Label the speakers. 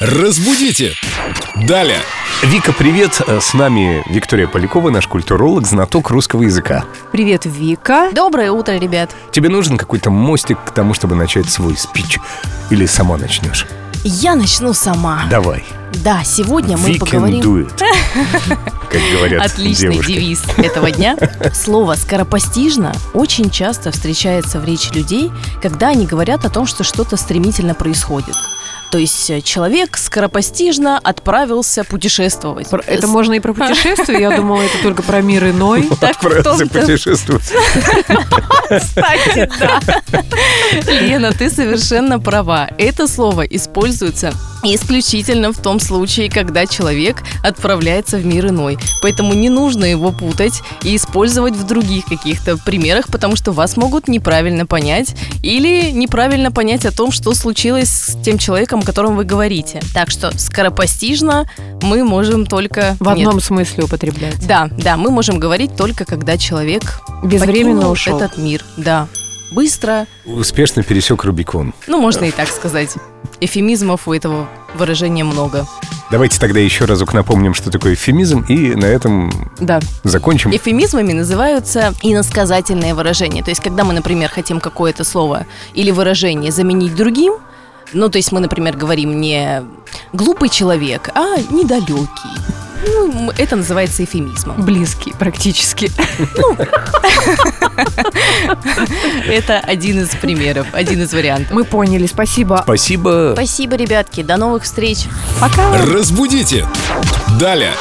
Speaker 1: Разбудите! Далее!
Speaker 2: Вика, привет! Э, С нами Виктория Полякова, наш культуролог, знаток русского языка.
Speaker 3: Привет, Вика.
Speaker 4: Доброе утро, ребят.
Speaker 2: Тебе нужен какой-то мостик к тому, чтобы начать свой спич? Или сама начнешь?
Speaker 4: Я начну сама.
Speaker 2: Давай.
Speaker 4: Да, сегодня мы
Speaker 2: We can
Speaker 4: поговорим...
Speaker 2: do it. Как говорят
Speaker 3: Отличный
Speaker 2: девушки.
Speaker 3: девиз.
Speaker 4: Этого дня слово «скоропостижно» очень часто встречается в речи людей, когда они говорят о том, что что-то стремительно происходит. То есть э, человек скоропостижно отправился путешествовать.
Speaker 3: Про- Это
Speaker 4: С-
Speaker 3: можно и про путешествия. Я думала, это только про мир иной.
Speaker 2: Отправиться путешествовать.
Speaker 4: Кстати, да. Лена, ты совершенно права. Это слово используется исключительно в том случае, когда человек отправляется в мир иной. Поэтому не нужно его путать и использовать в других каких-то примерах, потому что вас могут неправильно понять или неправильно понять о том, что случилось с тем человеком, о котором вы говорите. Так что скоропостижно мы можем только...
Speaker 3: В
Speaker 4: Нет.
Speaker 3: одном смысле употреблять.
Speaker 4: Да, да, мы можем говорить только когда человек
Speaker 3: Безвременно
Speaker 4: покинул
Speaker 3: ушел.
Speaker 4: этот мир, да. Быстро,
Speaker 2: Успешно пересек Рубикон.
Speaker 4: ну можно и так сказать. Эфемизмов у этого выражения много.
Speaker 2: Давайте тогда еще разок напомним, что такое эвфемизм, и на этом
Speaker 3: Да.
Speaker 2: закончим.
Speaker 4: Эфемизмами называются иносказательные выражения. То есть, когда мы, например, хотим какое-то слово или выражение заменить другим, ну, то есть мы, например, говорим не глупый человек, а недалекий. Ну, м- это называется эфемизмом.
Speaker 3: Близкий практически.
Speaker 4: Это один из примеров, один из вариантов.
Speaker 3: Мы поняли. Спасибо.
Speaker 2: Спасибо.
Speaker 4: Спасибо, ребятки. До новых встреч.
Speaker 3: Пока.
Speaker 1: Разбудите! Далее!